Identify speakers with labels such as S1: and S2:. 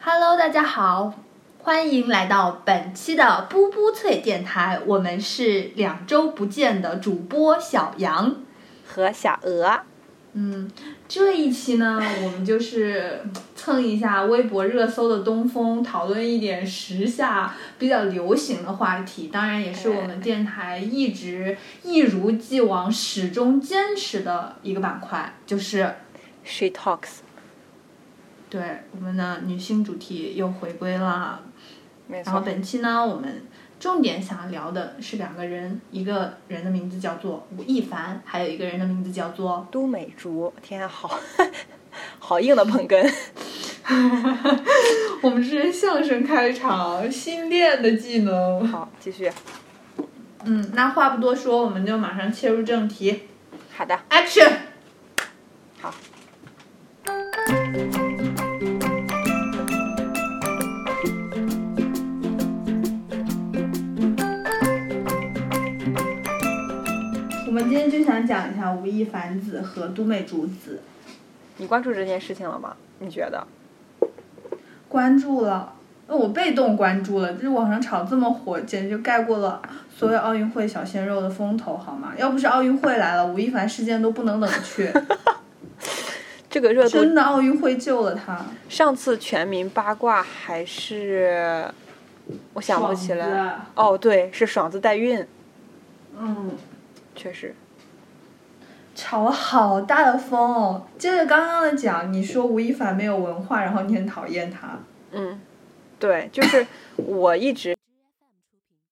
S1: Hello，大家好，欢迎来到本期的布布脆电台，我们是两周不见的主播小杨。
S2: 和小鹅。
S1: 嗯，这一期呢，我们就是蹭一下微博热搜的东风，讨论一点时下比较流行的话题。当然，也是我们电台一直一如既往、始终坚持的一个板块，就是
S2: She talks，
S1: 对我们的女性主题又回归了。
S2: 没
S1: 然
S2: 错，
S1: 后本期呢，我们重点想要聊的是两个人，一个人的名字叫做吴亦凡，还有一个人的名字叫做
S2: 都美竹，天啊，好好硬的捧哏。
S1: 我们之前相声开场，新练的技能。
S2: 好，继续。
S1: 嗯，那话不多说，我们就马上切入正题。
S2: 好的，
S1: Action！
S2: 好。
S1: 我们今天就想讲一下吴亦凡子和都美竹子。
S2: 你关注这件事情了吗？你觉得？
S1: 关注了，呃我被动关注了，就是网上炒这么火，简直就盖过了所有奥运会小鲜肉的风头，好吗？要不是奥运会来了，吴亦凡事件都不能冷却，
S2: 这个热度，
S1: 真的奥运会救了他。
S2: 上次全民八卦还是我想不起来。
S1: 来。
S2: 哦，对，是爽子代孕，
S1: 嗯。
S2: 确实。
S1: 吵了好大的风哦！接着刚刚的讲，你说吴亦凡没有文化，然后你很讨厌他，
S2: 嗯，对，就是我一直